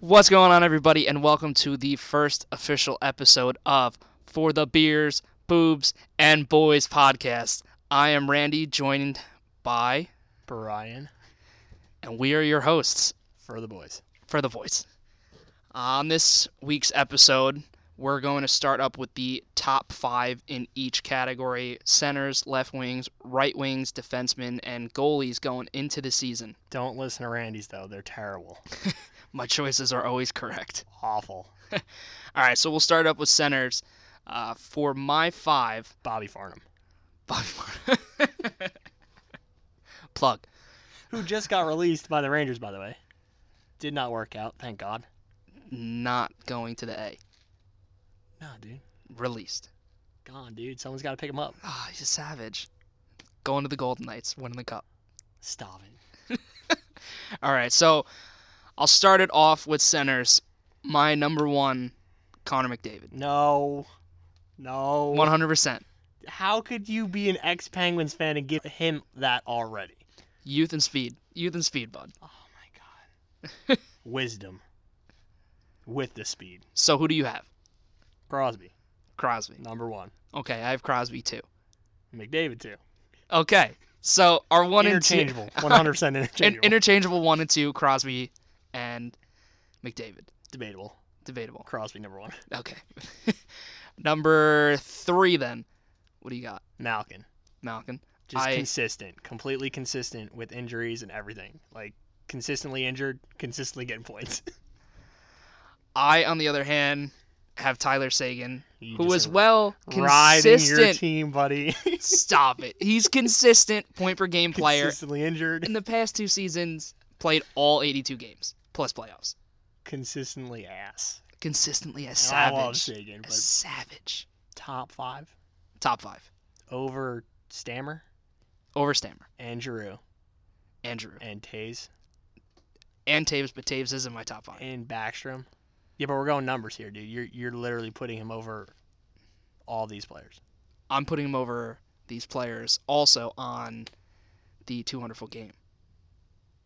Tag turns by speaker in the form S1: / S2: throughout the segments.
S1: What's going on, everybody, and welcome to the first official episode of For the Beers, Boobs, and Boys podcast. I am Randy, joined by,
S2: Brian
S1: and we are your hosts
S2: for the boys.
S1: for The Voice. On this week's episode, we're going to start up with the top five in each category centers, left wings, right wings, defensemen, and goalies going into the season.
S2: Don't listen to Randy's though; they're terrible,
S1: My choices are always correct.
S2: awful.
S1: All right, so we'll start up with centers. Uh, for my five,
S2: Bobby Farnham,
S1: Bobby Moore. Plug.
S2: who just got released by the Rangers, by the way, did not work out. Thank God.
S1: Not going to the A.
S2: No, dude,
S1: Released.
S2: gone, dude. Someone's got to pick him up.
S1: Ah, he's a savage. Going to the Golden Knights, winning the cup.
S2: Stop it.
S1: All right, so I'll start it off with centers. My number one, Connor McDavid.
S2: No, no.
S1: 100%.
S2: How could you be an ex Penguins fan and give him that already?
S1: Youth and speed. Youth and speed, bud.
S2: Oh my God. Wisdom with the speed.
S1: So who do you have?
S2: Crosby,
S1: Crosby.
S2: number one.
S1: Okay, I have Crosby too.
S2: McDavid too.
S1: Okay, so our one and two.
S2: interchangeable. One hundred percent
S1: In-
S2: interchangeable.
S1: interchangeable one and two, Crosby and McDavid.
S2: Debatable.
S1: Debatable.
S2: Crosby number one.
S1: Okay. Number three, then. What do you got,
S2: Malkin.
S1: Malcolm?
S2: Just
S1: I-
S2: consistent, completely consistent with injuries and everything. Like consistently injured, consistently getting points.
S1: I, on the other hand, have Tyler Sagan,
S2: You
S1: who
S2: just
S1: is
S2: are
S1: well
S2: riding your
S1: consistent.
S2: team, buddy.
S1: Stop it. He's consistent point per game player.
S2: consistently injured,
S1: In the past two seasons, played all 82 games plus playoffs.
S2: consistently ass.
S1: Consistently as
S2: And I love
S1: savage.
S2: Sagan,
S1: As
S2: but
S1: savage.
S2: top five
S1: Top five
S2: over Stammer
S1: over Stammer,
S2: and Giroux
S1: Andrew,
S2: and Taze
S1: and Taves, but Taves is in my top five.
S2: and Backstrom. Yeah, but we're going numbers here, dude. You're you're literally putting him over all these players.
S1: I'm putting him over these players also on the 200 foot game.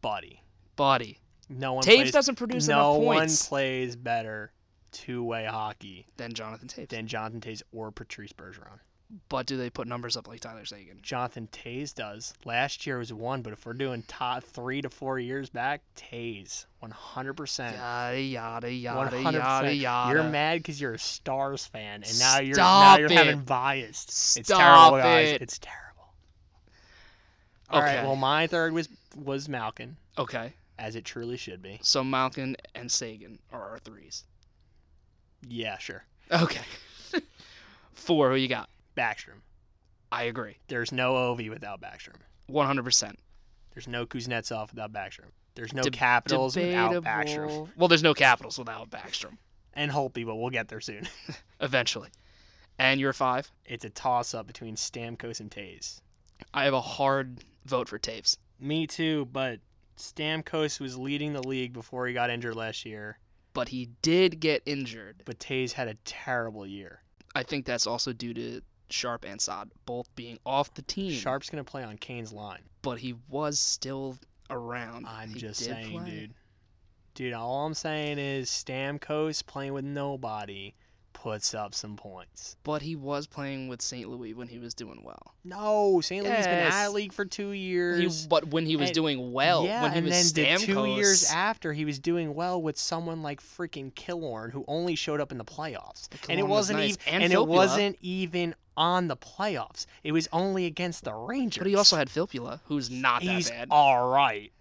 S2: Buddy.
S1: Buddy,
S2: No one
S1: Taves
S2: plays
S1: doesn't produce
S2: no
S1: enough
S2: one
S1: points
S2: plays better two-way hockey
S1: than Jonathan Taves.
S2: than Jonathan Tays or Patrice Bergeron.
S1: But do they put numbers up like Tyler Sagan?
S2: Jonathan Tays does. Last year was one, but if we're doing top three to four years back, Tays, 100%.
S1: Yada yada yada
S2: 100%.
S1: yada yada.
S2: You're mad because you're a Stars fan, and now you're
S1: Stop
S2: now you're
S1: it.
S2: having biased. it's
S1: Stop
S2: terrible, guys.
S1: it.
S2: It's terrible. All right.
S1: Okay.
S2: Well, my third was was Malkin,
S1: Okay,
S2: as it truly should be.
S1: so Malkin and Sagan are our threes.
S2: Yeah, sure.
S1: Okay, four. Who you got?
S2: Backstrom.
S1: I agree,
S2: There's no Ovi without Backstrom.
S1: 100. percent
S2: There's no Kuznetsov without Backstrom. There's no
S1: De-
S2: Capitals
S1: Debatable.
S2: without Backstrom.
S1: Well, there's no Capitals without Backstrom.
S2: And Holtby, but we'll get there soon.
S1: Eventually, and you're five.
S2: It's a toss up between Stamkos and Tays.
S1: I have a hard vote for Taves.
S2: Me too, but Stamkos was leading the league before he got injured last year,
S1: but he did get injured.
S2: but Tays had a terrible year.
S1: I think that's also due to Sharp and Sod both being off the team,
S2: Sharp's going to play on Kane's line.
S1: but he was still around.
S2: I'm
S1: He
S2: just
S1: did
S2: saying,
S1: play.
S2: dude. Dude, all I'm saying is Stamkos playing with nobody puts up some points.
S1: But he was playing with St. Louis when he was doing well.
S2: No, St. Louis has been
S1: Yes.
S2: out of the league for two
S1: He,
S2: years.
S1: but when he was
S2: and-
S1: doing well,
S2: yeah,
S1: when he
S2: and
S1: was
S2: then
S1: Stamkos,
S2: the two years after, he was doing well with someone like freaking Killorn, who only showed up in the playoffs,
S1: But
S2: and it
S1: Killorn was
S2: wasn't
S1: nice,
S2: even
S1: and
S2: it
S1: Filppula.
S2: wasn't even on the playoffs. It was only against the Rangers.
S1: but he also had Filppula, who's not
S2: he's
S1: that bad.
S2: all right,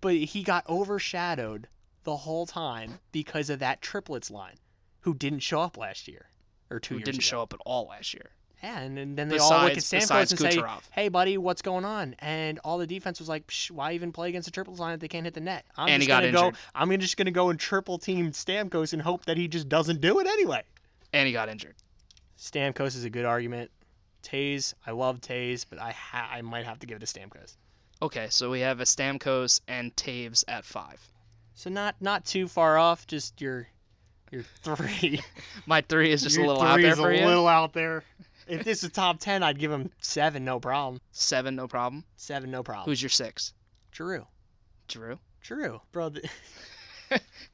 S2: but he got overshadowed the whole time because of that triplets line, who didn't show up last year or two
S1: who
S2: years
S1: didn't
S2: ago.
S1: show up at all last year.
S2: Yeah, and, and then they all look at
S1: Besides-
S2: Stamkos
S1: besides
S2: and say,
S1: Kucherov.
S2: "Hey, buddy, what's going on?" And all the defense was like, Psh, "Why even play against a triple line if they can't hit the net?" I'm
S1: And
S2: just
S1: he got
S2: gonna go.
S1: injured.
S2: I'm gonna- just gonna go and triple team Stamkos and hope that he just doesn't do it anyway.
S1: And he got injured.
S2: Stamkos is a good argument. Tays, I love Tays, but I ha- I might have to give it to Stamkos.
S1: Okay, so we have a Stamkos and Taves at five.
S2: So not not too far off. Just your your three.
S1: My three is just
S2: Your
S1: a little out
S2: three
S1: there
S2: is
S1: for
S2: a
S1: you.
S2: little out there. If this is top ten, I'd give him seven, no problem.
S1: Seven, no problem.
S2: Seven, no problem.
S1: Who's your six?
S2: Drew?
S1: Drew.
S2: Drew, bro. th-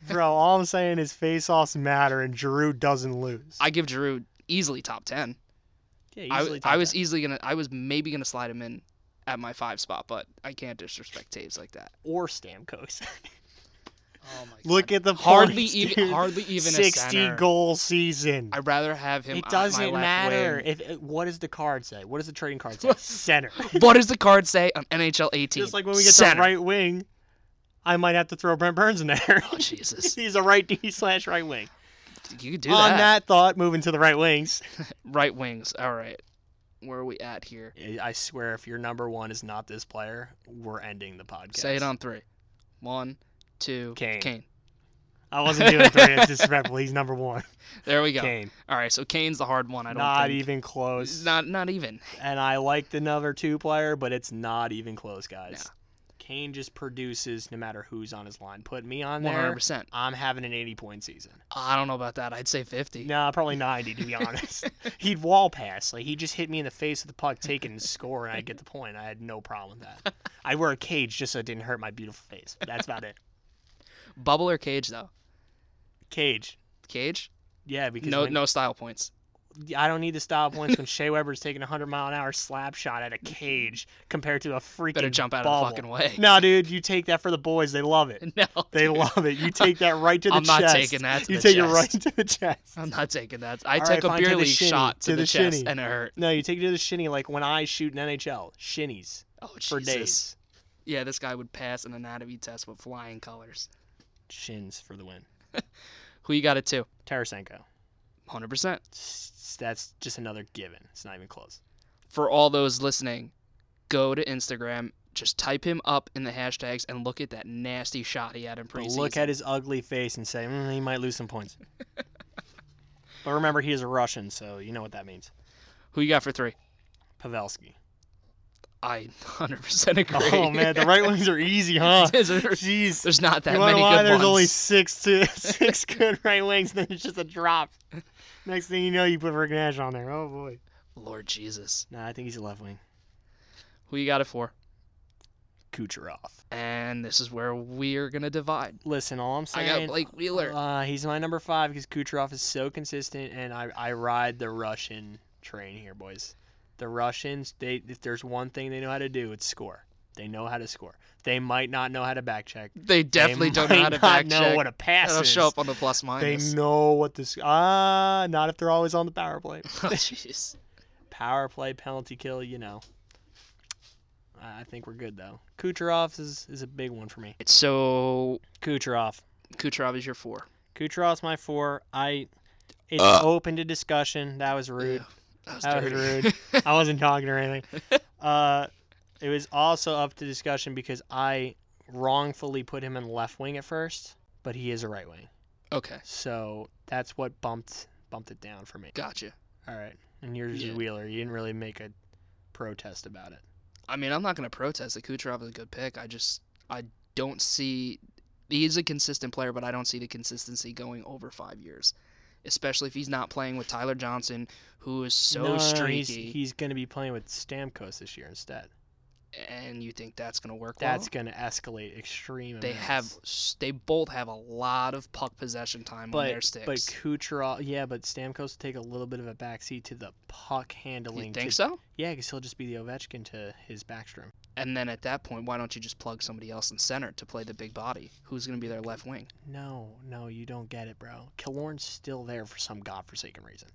S2: Bro, all I'm saying is face offs matter and Giroux doesn't lose.
S1: I give Giroud easily top ten.
S2: yeah,
S1: I,
S2: easily
S1: I
S2: top
S1: was
S2: ten.
S1: easily gonna I was maybe gonna slide him in at my five spot, but I can't disrespect Taves like that.
S2: or Stamkos.
S1: Oh my
S2: Look at the
S1: hardly
S2: points,
S1: even
S2: dude.
S1: hardly even a
S2: 60
S1: center.
S2: goal season.
S1: I'd rather have him.
S2: it
S1: on
S2: doesn't
S1: my left
S2: matter
S1: wing.
S2: if if- what does the card say? What does the trading card say? Center.
S1: What does the card say on NHL 18?
S2: Just like when we get to
S1: Center.
S2: right wing, I might have to throw Brent Burns in there.
S1: Oh Jesus,
S2: He's a right D slash right wing.
S1: you could do
S2: On
S1: that.
S2: that thought, moving to the right wings.
S1: Right wings. All right, where are we at here?
S2: I swear, if your number one is not this player, we're ending the podcast.
S1: Say it on three. One, two,
S2: Kane.
S1: Kane.
S2: I wasn't doing three. It's disrespectful. He's number one.
S1: There we go.
S2: Kane.
S1: All right, so Kane's the hard one. I don't
S2: Not
S1: think.
S2: even close.
S1: Not not even.
S2: and I like the number two player, but it's not even close, guys. Kane just produces no matter who's on his line. Put me on
S1: One
S2: there.
S1: hundred percent.
S2: I'm having an 80 point season.
S1: I don't know about that. I'd say fifty.
S2: Nah, probably 90 to be honest. He'd wall pass. Like he just hit me in the face with the puck, take it and score, and I'd get the point. I had no problem with that. I'd wear a cage just so it didn't hurt my beautiful face. That's about it.
S1: Bubble or cage though.
S2: Cage.
S1: Cage.
S2: Yeah, because
S1: No
S2: when-
S1: no style points.
S2: I don't need the style points when Shea Weber's taking a 100 mile an hour slap shot at a cage compared to a freaking
S1: Better jump out
S2: bubble.
S1: of the fucking way.
S2: No, dude, you take that for the boys. They love it.
S1: No.
S2: They
S1: dude.
S2: love it. You take that right to the
S1: I'm
S2: chest.
S1: not taking that to
S2: you
S1: the
S2: take it
S1: chest.
S2: right to the chest.
S1: I'm not taking that. I
S2: All
S1: took
S2: right,
S1: a
S2: fine, to
S1: beer
S2: the
S1: league
S2: shinny,
S1: shot to,
S2: to
S1: the,
S2: the
S1: chest
S2: shinny.
S1: and it hurt.
S2: No, you take it to the shinny like when I shoot in NHL. Shinnies
S1: Oh Jesus.
S2: for days.
S1: Yeah, this guy would pass an anatomy test with flying colors.
S2: Shins for the win.
S1: Who you got it to?
S2: Tarasenko.
S1: 100%.
S2: S- That's just another given. It's not even close.
S1: For all those listening, go to Instagram, just type him up in the hashtags and look at that nasty shot he had in
S2: But
S1: preseason.
S2: look at his ugly face and say, mm, he might lose some points. but remember, he is a Russian, so you know what that means.
S1: Who you got for 3?
S2: Pavelski.
S1: I 100% agree.
S2: Oh man, the right wings are easy, huh?
S1: there's,
S2: Jeez.
S1: there's not that
S2: you wanna
S1: many
S2: know why
S1: good
S2: there's
S1: ones.
S2: only six to six good right wings, then it's just a drop. Next thing you know, you put Vergnage on there. Oh boy.
S1: Lord Jesus.
S2: Nah, I think he's a left wing.
S1: Who you got it for?
S2: Kucherov.
S1: And this is where we're going to divide.
S2: Listen, all I'm
S1: I
S2: saying.
S1: got Blake Wheeler.
S2: Uh, he's my number five because Kucherov is so consistent, and I, I ride the Russian train here, boys. The Russians, they if there's one thing they know how to do, it's score. They know how to score. They might not know how to back check.
S1: They definitely
S2: they
S1: don't
S2: might
S1: know how to
S2: not
S1: back
S2: know
S1: check.
S2: what a pass
S1: That'll
S2: is.
S1: show up on the plus
S2: they
S1: minus.
S2: know what this. Ah, not if they're always on the power play.
S1: Oh, Jeez.
S2: power play, penalty kill, you know. I I think we're good though. Kucherov is is a big one for me.
S1: so
S2: Kucherov.
S1: Kucherov is your four.
S2: Kucherov's my four. I. It's
S1: Uh.
S2: open to discussion. That was rude.
S1: That was,
S2: That was
S1: dirty.
S2: I wasn't talking or anything. Uh, it was also up to discussion because I wrongfully put him in left wing at first, but he is a right wing,
S1: okay,
S2: so that's what bumped bumped it down for me.
S1: gotcha.
S2: All right, and yours
S1: Yeah.
S2: is Wheeler. You didn't really make a protest about it.
S1: I mean, I'm not gonna protest that Kucherov is a good pick. I just I don't see he's a consistent player, but I don't see the consistency going over five years, especially if he's not playing with Tyler Johnson, who is so
S2: No, no, no, he's,
S1: streaky.
S2: he's going to be playing with Stamkos this year instead.
S1: And you think that's gonna work?
S2: That's
S1: well?
S2: going to escalate extreme.
S1: they
S2: amounts.
S1: have s- they both have a lot of puck possession time on Mm, their
S2: But
S1: sticks.
S2: but Kucherov, yeah, but Stamkos will take a little bit of a backseat to the puck handling.
S1: you think
S2: to-
S1: so?
S2: Yeah, because he'll just be the Ovechkin to his Backstrom.
S1: And then at that point, why don't you just plug somebody else in center to play the big body? Who's going to be their left wing?
S2: No, no, you don't get it, bro. Killorn's still there for some godforsaken reason.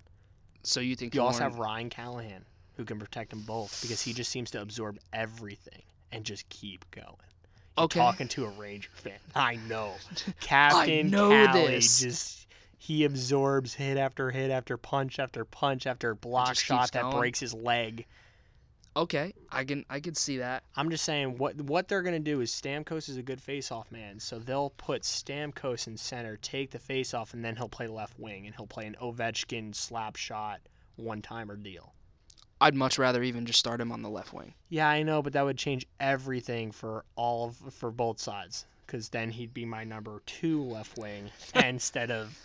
S1: So you think
S2: You also
S1: Lauren-
S2: have Ryan Callahan, who can protect them both because he just seems to absorb everything and just keep going. You're
S1: Okay.
S2: Talking to a Ranger fan. I know. Captain
S1: know
S2: Cali
S1: this.
S2: just he absorbs hit after hit after punch after punch after block
S1: just keeps
S2: shot that
S1: going.
S2: breaks his leg.
S1: okay, I can I can see that.
S2: I'm just saying what what they're gonna do is Stamkos is a good face-off man, so they'll put Stamkos in center, take the face-off, and then he'll play left wing, and he'll play an Ovechkin slap shot one timer deal.
S1: I'd much rather even just start him on the left wing.
S2: Yeah, I know, but that would change everything for all of, for both sides, because then he'd be my number two left wing instead of.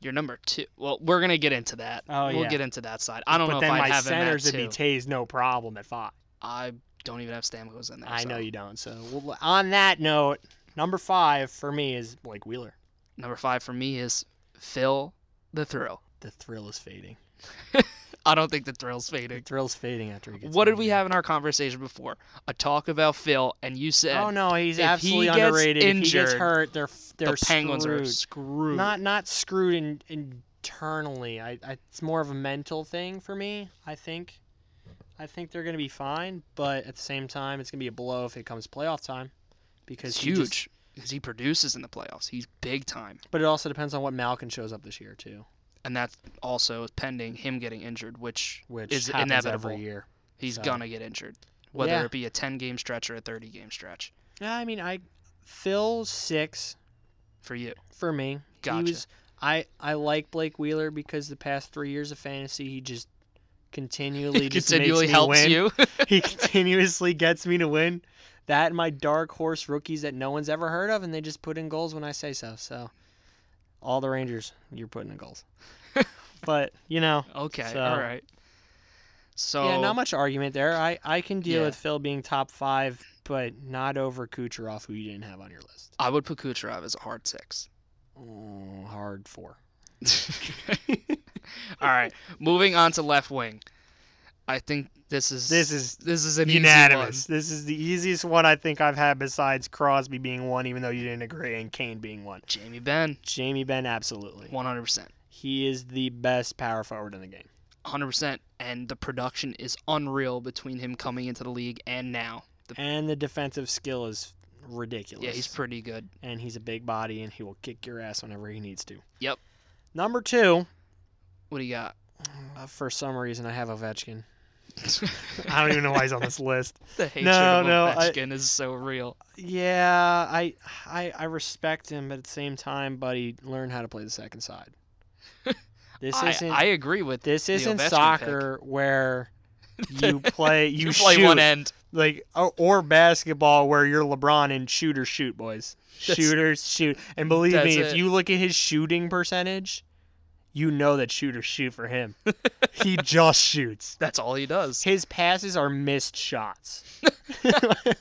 S1: Your number two. Well, we're gonna get into that.
S2: Oh,
S1: we'll
S2: yeah.
S1: get into that side. I don't
S2: but
S1: know
S2: then
S1: if I
S2: my
S1: have
S2: centers
S1: him
S2: would be
S1: at two.
S2: tased no problem at five.
S1: I don't even have Stamkos in there.
S2: I
S1: so.
S2: know you don't. So we'll, on that note, Number five for me is Blake Wheeler.
S1: Number five for me is Phil the Thrill.
S2: The thrill is fading.
S1: I don't think the thrill's
S2: The
S1: fading.
S2: thrill's fading after he gets.
S1: What did
S2: in
S1: we
S2: there.
S1: have in our conversation before? A talk about Phil, and you said
S2: Oh no, he's
S1: If he
S2: absolutely
S1: gets
S2: underrated. if he gets
S1: injured,
S2: hurt, they're f- they're
S1: the Penguins are screwed.
S2: screwed. Not not screwed in, internally. I, I it's more of a mental thing for me. I think, I think they're gonna be fine. But at the same time, it's gonna be a blow if it comes playoff time, because
S1: it's
S2: he just-
S1: huge because he produces in the playoffs. He's big time,
S2: but it also depends on what Malkin shows up this year too,
S1: and that's also pending him getting injured, which
S2: which
S1: Is
S2: happens
S1: inevitable.
S2: every year.
S1: he's
S2: So-
S1: gonna get injured, whether
S2: Yeah.
S1: it be a ten game stretch or a thirty game stretch.
S2: Yeah, I mean, I Phil six
S1: For you,
S2: for me.
S1: Gotcha.
S2: He was, I I like Blake Wheeler because the past three years of fantasy, he just continually
S1: he
S2: just
S1: continually
S2: makes me
S1: helps
S2: win.
S1: you.
S2: he continuously gets me to win. That and my dark horse rookies that no one's ever heard of, and they just put in goals when I say so. So, all the Rangers, you're putting in goals. but you know,
S1: okay,
S2: So-
S1: all right. So
S2: yeah, not much argument there. I I can deal
S1: Yeah.
S2: with Phil being top five, but not over Kucherov, who you didn't have on your list.
S1: I would put Kucherov as a hard six.
S2: Mm, hard four.
S1: All right, moving on to left wing. I think this is
S2: This is
S1: this is an easy one.
S2: unanimous. This is the easiest one I think I've had besides Crosby being one, even though you didn't agree, and Kane being one.
S1: Jamie Ben,
S2: Jamie Ben, absolutely.
S1: one hundred percent,
S2: He is the best power forward in the game.
S1: one hundred percent, and the production is unreal between him coming into the league and now. The,
S2: And the defensive skill is ridiculous.
S1: yeah, he's pretty good.
S2: and he's a big body and he will kick your ass whenever he needs to.
S1: Yep.
S2: Number two,
S1: What do you got?
S2: uh, for some reason I have Ovechkin. I don't even know why he's on this list.
S1: the hatred
S2: No,
S1: of
S2: no, I-
S1: Ovechkin is so real.
S2: Yeah, I, I I respect him, but at the same time, buddy, learn how to play the second side. This
S1: I,
S2: isn't
S1: I agree with
S2: this
S1: the
S2: isn't
S1: Ovechkin pick.
S2: soccer where you play you,
S1: You, play
S2: shoot.
S1: one end.
S2: like or, or basketball where you're LeBron and shoot or shoot, boys.
S1: That's-
S2: Shooters shoot, and believe
S1: that's
S2: me, if
S1: it.
S2: you look at his shooting percentage, you know that shoot or shoot for him. he just shoots.
S1: That's all he does.
S2: His passes are missed shots.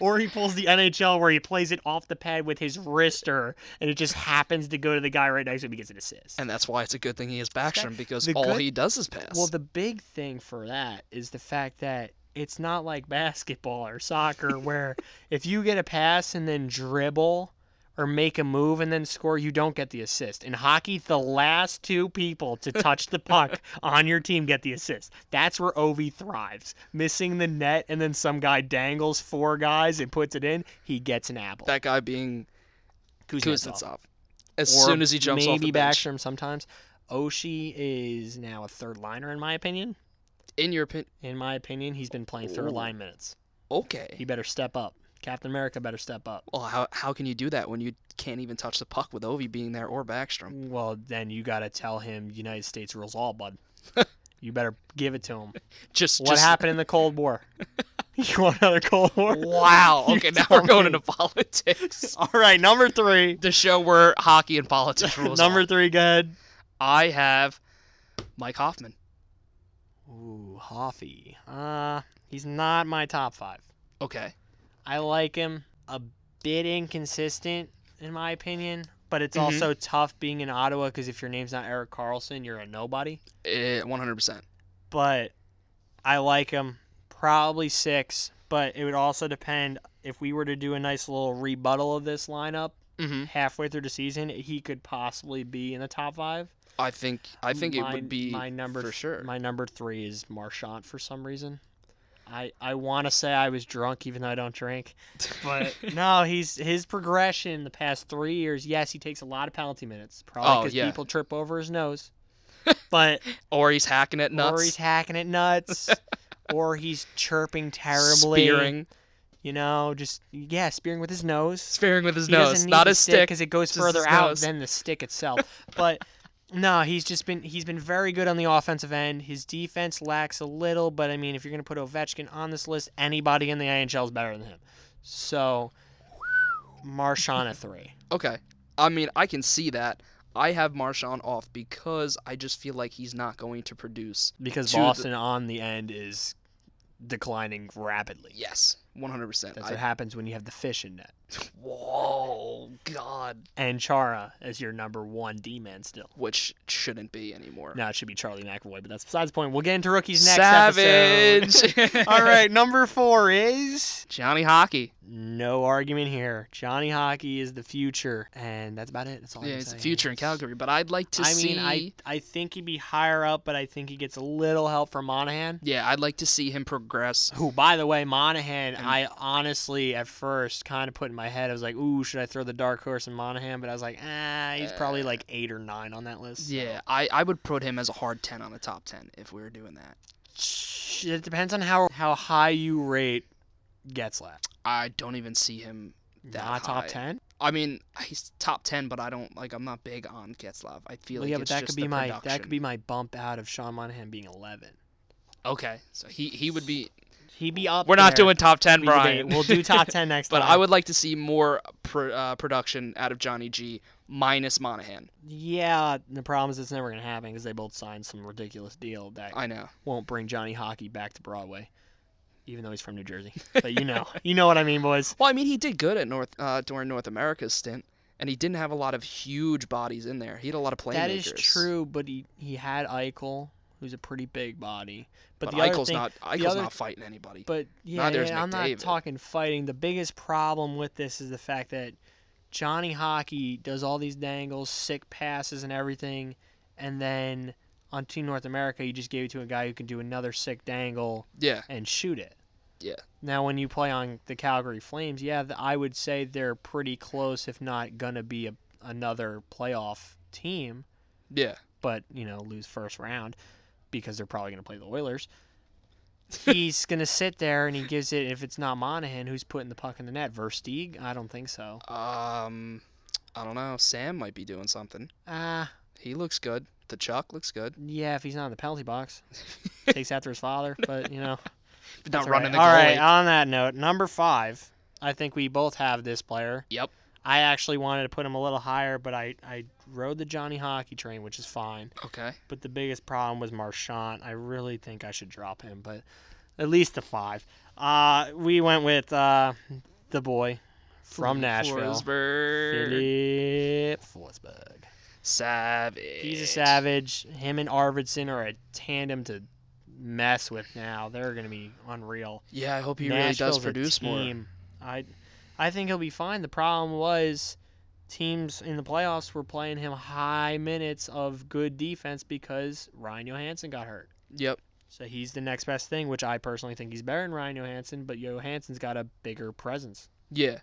S2: or he pulls the NHL where he plays it off the pad with his wrister, and it just happens to go to the guy right next to him. He gets an assist.
S1: And that's why it's a good thing he has Backstrom because
S2: The
S1: all
S2: good-
S1: he does is pass.
S2: Well, the big thing for that is the fact that it's not like basketball or soccer where if you get a pass and then dribble or make a move and then score, you don't get the assist. In hockey, the last two people to touch the puck on your team get the assist. That's where Ovi thrives. Missing the net and then some guy dangles four guys and puts it in, he gets an apple.
S1: that guy being
S2: Kuznetsov.
S1: Kuznetsov. As
S2: Or
S1: soon as he jumps off
S2: maybe
S1: the bench.
S2: Backstrom sometimes. Oshie is now a third liner in my opinion.
S1: In your opinion,
S2: In my opinion, he's been playing third
S1: Ooh.
S2: line minutes. He
S1: okay.
S2: better step up. Captain America better step up.
S1: Well, how how can you do that when you can't even touch the puck with Ovi being there or Backstrom?
S2: Well, then you got to tell him United States rules all, bud. you better give it to him.
S1: Just
S2: What
S1: just,
S2: happened in the Cold War? you want another Cold War?
S1: Wow.
S2: You
S1: Okay, now
S2: tell
S1: we're going
S2: me.
S1: into politics.
S2: All right, number three.
S1: the show where hockey and politics rules.
S2: number
S1: all.
S2: three, good.
S1: I have Mike Hoffman.
S2: Ooh, Hoffy. Uh, he's not my top five.
S1: Okay.
S2: I like him. A bit inconsistent, in my opinion. But it's
S1: Mhm.
S2: also tough being in Ottawa because if your name's not Eric Carlson, you're a nobody.
S1: Eh, 100%.
S2: but I like him. Probably six, but it would also depend if we were to do a nice little rebuttal of this lineup
S1: Mm-hmm.
S2: halfway through the season. He could possibly be in the top five.
S1: I think I think it
S2: My-
S1: would be
S2: my number
S1: for
S2: th-
S1: sure.
S2: My number three is Marchant for some reason. I I want to say I was drunk, even though I don't drink. But no, he's his progression the past three years. Yes, he takes a lot of penalty minutes,
S1: Oh,
S2: probably because
S1: yeah.
S2: people trip over his nose. But
S1: or he's hacking at nuts.
S2: or he's hacking at nuts, or he's chirping terribly.
S1: Spearing,
S2: You know, just yeah, spearing with his nose.
S1: spearing with his
S2: He doesn't
S1: nose,
S2: need
S1: not
S2: the
S1: his stick.
S2: because it goes
S1: just
S2: further
S1: his
S2: out
S1: nose.
S2: than the stick itself. But no, he's just been he's been very good on the offensive end. His defense lacks a little, but I mean, if you're gonna put Ovechkin on this list, anybody in the NHL is better than him. So, Marshawn at three.
S1: Okay, I mean I can see that. I have Marshawn off because I just feel like he's not going to produce.
S2: because
S1: To the-
S2: Boston on the end is declining rapidly.
S1: Yes, 100%.
S2: That's
S1: I,
S2: what happens when you have the fish in net.
S1: Whoa, God.
S2: and Chara as your number one D man still.
S1: Which shouldn't be anymore.
S2: Now it should be Charlie McAvoy, but that's besides the point. We'll get into rookies next episode.
S1: Savage.
S2: All right, number four is
S1: Johnny Hockey.
S2: no argument here. Johnny Hockey is the future, and that's about it. That's all. I
S1: Yeah,
S2: can
S1: it's
S2: say.
S1: the future in Calgary, but I'd like to
S2: I
S1: see.
S2: mean, I I think he'd be higher up, but I think he gets a little help from Monahan.
S1: Yeah, I'd like to see him progress.
S2: Who, by the way, Monahan,
S1: And-
S2: I honestly at first kind of put in my head, I was like, ooh, should I throw the dark horse in Monahan? But I was like, ah, he's probably
S1: Uh,
S2: like eight or nine on that list. so-
S1: Yeah, I, I would put him as a hard 10 on the top 10 if we were doing that.
S2: It depends on how how high you rate Getzlaff.
S1: I don't even see him. That
S2: Not top
S1: high.
S2: ten.
S1: I mean, he's top 10, but I don't, like, I'm not big on Getzlav. I feel
S2: Well,
S1: like
S2: yeah, but
S1: it's
S2: that
S1: just
S2: could be
S1: the
S2: my
S1: production.
S2: that could be my bump out of Sean Monahan being eleven.
S1: Okay, so he, he would be.
S2: He'd be up.
S1: We're not
S2: there.
S1: doing top 10,
S2: We debate
S1: Brian.
S2: it. We'll do top ten next
S1: But
S2: time.
S1: I would like to see more pro, uh, production out of Johnny G minus Monahan.
S2: Yeah, the problem is it's never gonna happen because they both signed some ridiculous deal that
S1: I know.
S2: won't bring Johnny Hockey back to Broadway, even though he's from New Jersey. But you know, you know what I mean, boys.
S1: Well, I mean, he did good at North uh, during North America's stint, and he didn't have a lot of huge bodies in there. He had a lot of playmakers.
S2: That is true, but he, he had Eichel, who's a pretty big body. But,
S1: But,
S2: the other
S1: Eichel's
S2: thing,
S1: not. Eichel's
S2: other-
S1: not fighting anybody.
S2: But yeah,
S1: Neither is
S2: yeah, I'm not
S1: McDavid.
S2: talking fighting. The biggest problem with this is the fact that Johnny Hockey does all these dangles, sick passes, and everything, and then on Team North America, you just gave it to a guy who can do another sick dangle
S1: yeah,
S2: and shoot it.
S1: Yeah.
S2: Now, when you play on the Calgary Flames, yeah, th- I would say they're pretty close, if not gonna be a, another playoff team
S1: yeah.
S2: but you know lose first round because they're probably going to play the Oilers. He's going to sit there and he gives it if it's not Monahan who's putting the puck in the net. Versteeg, I don't think so.
S1: Um, I don't know. Sam might be doing something.
S2: Ah,
S1: He looks good. The Chuck looks good.
S2: yeah, if he's not in the penalty box, takes after his father, but you know,
S1: But
S2: that's
S1: not
S2: all
S1: running
S2: right. All
S1: the
S2: right,
S1: goalie.
S2: on that note, number 5, I think we both have this player.
S1: Yep.
S2: I actually wanted to put him a little higher, but I I rode the Johnny Hockey train, which is fine.
S1: Okay.
S2: But the biggest problem was Marchant. I really think I should drop him, but at least the five. Uh, we went with uh, the boy from Nashville,
S1: Forsberg.
S2: Philip Forsberg.
S1: Savage.
S2: He's a savage. Him and Arvidsson are a tandem to mess with now. They're going to be unreal.
S1: Yeah, I hope he
S2: Nashville's
S1: really does produce
S2: a
S1: more.
S2: team. I, I think he'll be fine. The problem was teams in the playoffs were playing him high minutes of good defense because Ryan Johansson got hurt.
S1: Yep.
S2: So he's the next best thing, which I personally think he's better than Ryan Johansson, but Johansson's got a bigger presence.
S1: Yeah.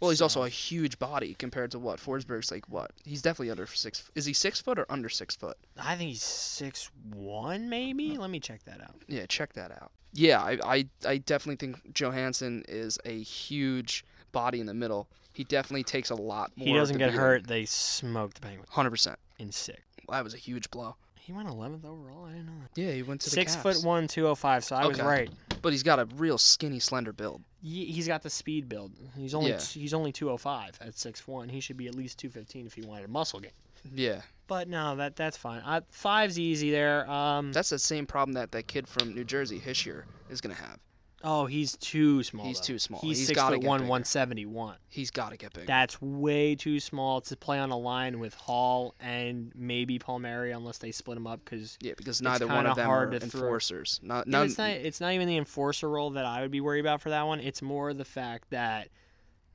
S1: Well, he's also
S2: So-
S1: a huge body compared to what Forsberg's like. What? He's definitely under six. Is he six foot or under six foot?
S2: I think he's six one, maybe. Let me check that out.
S1: Yeah, check that out. Yeah, I, I, I definitely think Johansson is a huge body in the middle. He definitely takes a lot more.
S2: he
S1: of
S2: doesn't
S1: the
S2: get
S1: beating.
S2: hurt. They smoke the Penguins
S1: 100%.
S2: in six.
S1: Well, that was a huge blow.
S2: He went 11th overall. I didn't know that.
S1: Yeah, he went to the
S2: Six
S1: Caps.
S2: foot one, two oh five. So I was
S1: Okay.
S2: right.
S1: But he's got a real skinny, slender build.
S2: Ye- He's got the speed build. He's only
S1: Yeah.
S2: he's only two oh five at six one. He should be at least two fifteen if he wanted a muscle game.
S1: Yeah.
S2: But no, that that's fine. I, five's easy there. Um,
S1: That's the same problem that that kid from New Jersey, Hishier, is going to have.
S2: oh, he's too small.
S1: He's
S2: though.
S1: too small.
S2: He's,
S1: He's
S2: six
S1: gotta
S2: foot
S1: get
S2: one,
S1: bigger.
S2: one seventy one.
S1: He's got to get bigger.
S2: That's way too small to play on a line with Hall and maybe Palmieri unless they split him up because
S1: yeah, because neither one
S2: kinda
S1: of them
S2: hard
S1: are
S2: to throw.
S1: enforcers. Not, none,
S2: it's not it's not even the enforcer role that I would be worried about for that one. It's more the fact that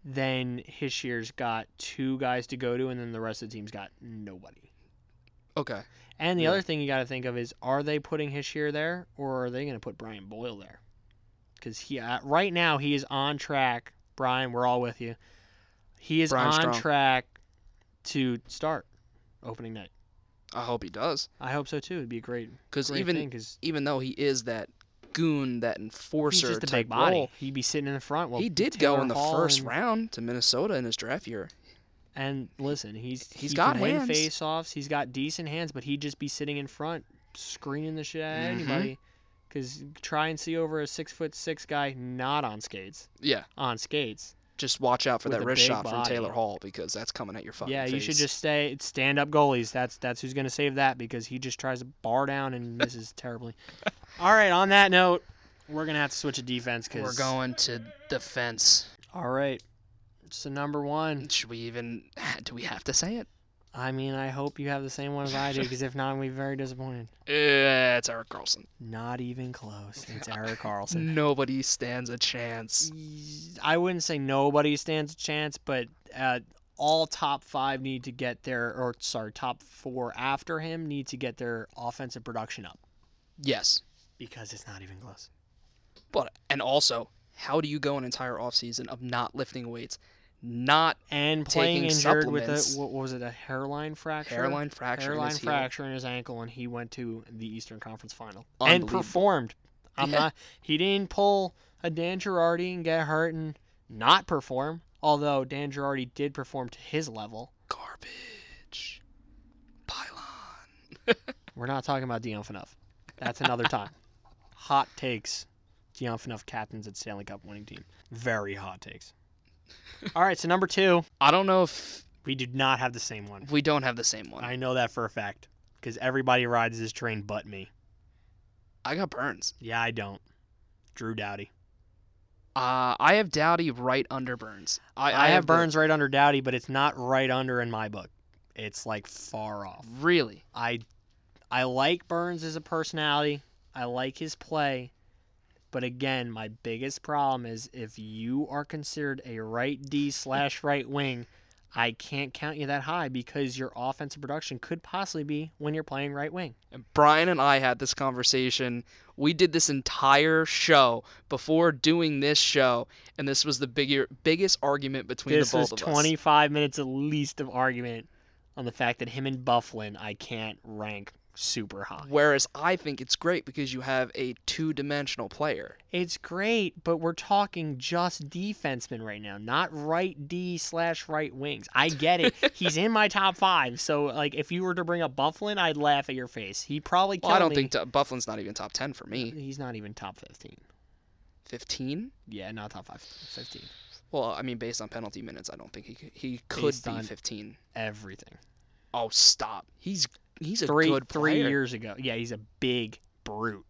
S2: then Hishier's got two guys to go to and then the rest of the team's got nobody.
S1: Okay.
S2: And the
S1: Yeah.
S2: other thing you got to think of is are they putting Hishier there or are they going to put Brian Boyle there? Cuz he uh, right now he is on track. Brian, we're all with you. He is
S1: Brian
S2: on
S1: Strong.
S2: track to start opening night.
S1: I hope he does.
S2: I hope so too. It'd be a great,
S1: Because
S2: great
S1: even
S2: thing because
S1: even though he is that goon, that enforcer
S2: he's just a
S1: type
S2: big body.
S1: role,
S2: He'd be sitting in the front. Well,
S1: he did
S2: Taylor
S1: go in the
S2: Hall
S1: first
S2: and,
S1: round to Minnesota in his draft year.
S2: And listen, he's
S1: He's
S2: he
S1: got
S2: can win
S1: hands.
S2: face-offs. He's got decent hands, but he'd just be sitting in front, screening the shit out of
S1: Mhm.
S2: anybody. Because try and see over a six foot six guy not on skates.
S1: Yeah.
S2: On skates.
S1: Just watch out for
S2: With
S1: that
S2: a
S1: wrist
S2: big
S1: shot from
S2: body.
S1: Taylor Hall because that's coming at your fucking
S2: yeah, you should
S1: face.
S2: just stay stand up goalies. That's that's who's gonna save that because he just tries to bar down and misses terribly. All right, on that note, we're gonna have to switch to defense because
S1: We're going to defense.
S2: All right. So number one.
S1: Should we even? Do we have to say it?
S2: I mean, I hope you have the same one as I do, because if not, we'd be very disappointed.
S1: Eh, it's Eric Carlson.
S2: Not even close. It's Eric Carlson.
S1: Nobody stands a chance. Mm.
S2: I wouldn't say nobody stands a chance, but uh, all top five need to get their, or sorry, top four after him need to get their offensive production up
S1: Yes,
S2: because it's not even close.
S1: but and also, how do you go an entire offseason of not lifting weights, not
S2: And playing
S1: Taking
S2: injured with
S1: supplements.
S2: a what was it a hairline fracture?
S1: hairline fracture? in
S2: hairline
S1: his heel?
S2: fracture in his ankle, and he went to the Eastern Conference Final and
S1: Unbelievable.
S2: performed. I'm
S1: Yeah.
S2: not. He didn't pull a Dan Girardi and get hurt and not perform. Although Dan Girardi did perform to his level.
S1: Garbage. Pylon.
S2: We're not talking about Dion Phaneuf. That's another time. Hot takes. Dion Phaneuf captains at Stanley Cup winning team. Very hot takes. All right, so number two,
S1: I don't know if
S2: we do not have the same one.
S1: we don't have the same one. I,
S2: I know that for a fact because everybody rides this train but me.
S1: got Burns.
S2: Yeah, I don't. Drew Doughty.
S1: Uh, I have Dowdy right under Burns. I,
S2: I, have
S1: the-
S2: Burns right under Dowdy, but it's not right under in my book. It's like far off.
S1: Really?
S2: I I like Burns as a personality. I like his play. But again, my biggest problem is if you are considered a right D slash right wing, I can't count you that high because your offensive production could possibly be when you're playing right wing.
S1: And Brian and I had this conversation. We did this entire show before doing this show, and this was the bigger, biggest argument between
S2: this
S1: the both
S2: was
S1: of us.
S2: 25 minutes at least of argument on the fact that him and Bufflin I can't rank super high.
S1: Whereas I think it's great because you have a two-dimensional player.
S2: It's great, but we're talking just defensemen right now, not right D slash right wings. I get it. He's in my top five, so like if you were to bring up Bufflin, I'd laugh at your face. He probably.
S1: Well, I don't
S2: kill me.
S1: think t- Bufflin's not even top ten for me.
S2: he's not even top fifteen.
S1: Fifteen?
S2: Yeah, not top five, 15.
S1: Well, I mean, based on penalty minutes, I don't think he could, he could
S2: Based
S1: be
S2: on-
S1: fifteen.
S2: Everything.
S1: Oh, stop. He's he's a
S2: Three
S1: good
S2: three
S1: player,
S2: years ago, yeah, he's a big brute,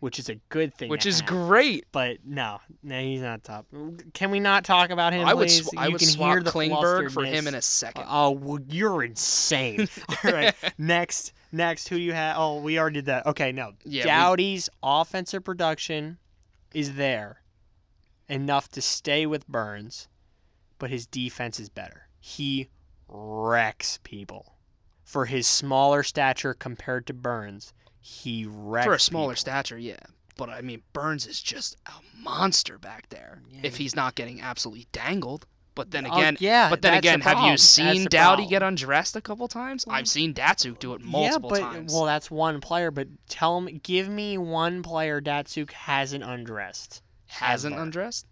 S2: which is a good thing.
S1: which
S2: to
S1: is
S2: have.
S1: great.
S2: But no, no, he's not top. Can we not talk about him?
S1: I would
S2: please?
S1: sw- I
S2: You
S1: would
S2: can
S1: swap
S2: hear the
S1: Klingberg for him
S2: flusteredness.
S1: in a second.
S2: Oh, well, you're insane. All right, next, next, who do you have? Oh, we already did that. Okay, no,
S1: Yeah, we-
S2: Dowdy's offensive production is there enough to stay with Burns, but his defense is better. He wrecks people for his smaller stature compared to Burns. He wrecks
S1: for a smaller
S2: people.
S1: stature, yeah. But I mean, Burns is just a monster back there.
S2: Yeah,
S1: if
S2: he-
S1: he's not getting absolutely dangled, but then
S2: Oh,
S1: again,
S2: yeah,
S1: but then
S2: that's the
S1: again, have
S2: problem.
S1: you
S2: That's
S1: seen
S2: the
S1: Dowdy
S2: problem.
S1: get undressed a couple times? I've seen Datsuk do it multiple
S2: yeah, but,
S1: times.
S2: Well, that's one player, but tell me, give me one player Datsuk hasn't undressed.
S1: hasn't
S2: ever.
S1: undressed.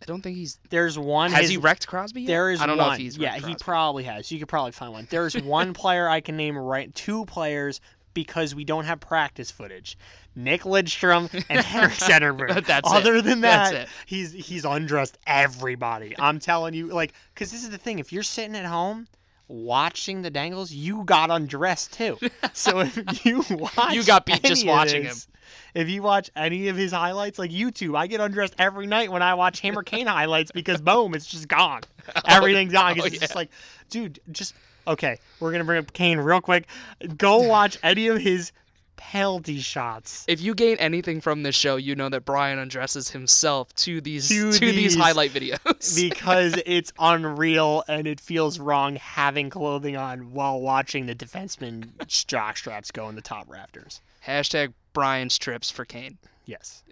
S1: I don't think he's.
S2: There's one.
S1: Has
S2: his-
S1: he wrecked Crosby? Yet?
S2: There is
S1: I don't
S2: one.
S1: know if he's.
S2: yeah,
S1: wrecked
S2: he
S1: Crosby.
S2: probably has. You could probably find one. There's one player I can name right two players because we don't have practice footage. Nick Lidstrom and Henrik Zetterberg.
S1: That's it.
S2: Other than
S1: That's
S2: that,
S1: it.
S2: he's he's undressed everybody. I'm telling you, like, because this is the thing. If you're sitting at home watching the Dangles, you got undressed too. So if you watch,
S1: You got beat just
S2: any of
S1: watching
S2: this- If you watch any of his highlights, like YouTube, I get undressed every night when I watch Hammer Kane highlights because boom, it's just gone. Everything's gone. 'cause
S1: oh,
S2: it's just like, dude, just okay. We're gonna bring up Kane real quick. Go watch any of his penalty shots.
S1: If you gain anything from this show, you know that Brian undresses himself to these to,
S2: To
S1: these
S2: these-
S1: highlight videos.
S2: because it's unreal and it feels wrong having clothing on while watching the defenseman jock straps go in the top rafters.
S1: Hashtag Brian's trips for Kane.
S2: Yes.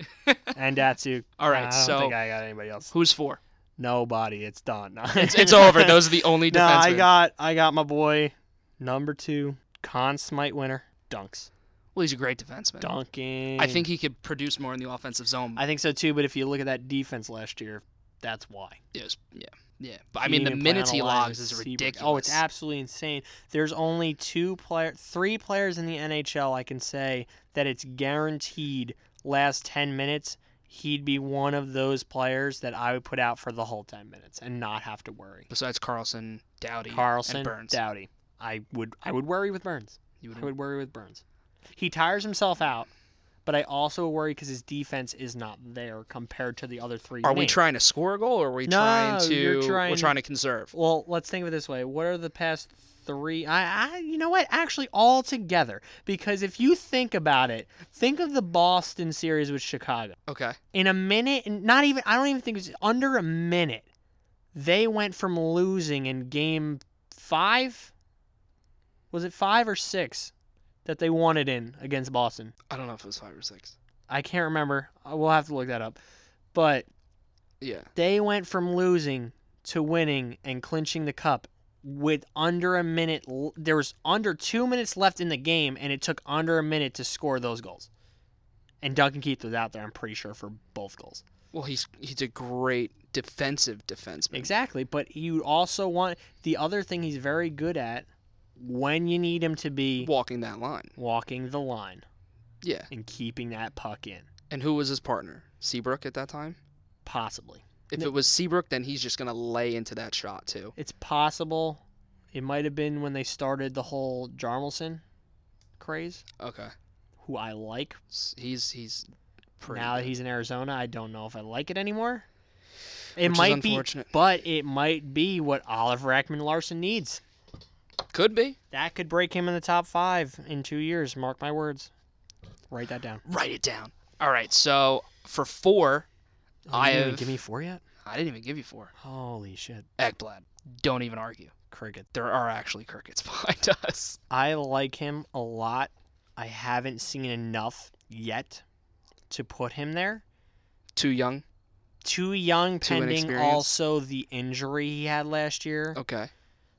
S2: And Datsuk.
S1: All right,
S2: I don't
S1: so-
S2: think I got anybody else.
S1: Who's four?
S2: Nobody. It's done.
S1: It's, it's over. Those are the only defensemen.
S2: No, I got I got my boy number two, Con Smite winner, Dunks.
S1: Well, he's a great defenseman.
S2: Dunking.
S1: I think he could produce more in the offensive zone.
S2: I think so too, but if you look at that defense last year, that's why.
S1: It was- yeah, yeah. But I
S2: He
S1: mean, the
S2: didn't even play
S1: minutes
S2: on a
S1: he
S2: line
S1: logs
S2: with
S1: is
S2: Seabrook.
S1: ridiculous.
S2: Oh, it's absolutely insane. There's only two player, three players in the NHL I can say that it's guaranteed last 10 minutes he'd be one of those players that I would put out for the whole 10 minutes and not have to worry.
S1: Besides Carlson, Dowdy,
S2: Carlson,
S1: and Burns.
S2: Dowdy. I would I would worry with Burns.
S1: You
S2: I
S1: would-
S2: would worry with Burns. He tires himself out, but I also worry because his defense is not there compared to the other three.
S1: Are we
S2: named.
S1: trying to score a goal or are we
S2: No,
S1: trying to
S2: you're
S1: we're
S2: trying-
S1: trying to conserve?
S2: Well, let's think of it this way. What are the past three? I, I, you know what? Actually, all together, because if you think about it, think of the Boston series with Chicago.
S1: Okay.
S2: In a minute, and not even. I don't even think it was under a minute. They went from losing in game five. Was it five or six that they won it in against Boston?
S1: I don't know if it was 5 or 6.
S2: I can't remember. I- We'll have to look that up. But
S1: Yeah.
S2: they went from losing to winning and clinching the cup with under a minute l- there was under 2 minutes left in the game and it took under a minute to score those goals. And Duncan Keith was out there I'm pretty sure for both goals.
S1: Well, he's he's a great defensive defenseman.
S2: Exactly, but you also want the other thing he's very good at when you need him to be
S1: Walking that line.
S2: walking the line
S1: Yeah.
S2: and keeping that puck in
S1: And who was his partner? Seabrook at that time?
S2: possibly.
S1: If
S2: No.
S1: it was Seabrook, then he's just going to lay into that shot too.
S2: It's possible it might have been when they started the whole Jarmelson craze,
S1: Okay.
S2: who I like
S1: S- He's he's pretty
S2: now that
S1: good,
S2: he's in Arizona, I don't know if I like it anymore. It
S1: which is
S2: might be,
S1: unfortunate.
S2: but it might be what Olive Rackman Larson needs.
S1: Could be.
S2: That could break him in the top five in two years. Mark my words. Write that down.
S1: Write it down. All right. So for 4,
S2: Oh, you didn't even
S1: I've-
S2: give me four yet.
S1: I didn't even give you 4.
S2: Holy shit,
S1: Ekblad. Don't even argue.
S2: cricket.
S1: There are actually crickets behind us.
S2: I like him a lot. I haven't seen enough yet to put him there.
S1: Too young.
S2: Too young,
S1: Too
S2: pending
S1: inexperienced.
S2: also the injury he had last year.
S1: Okay.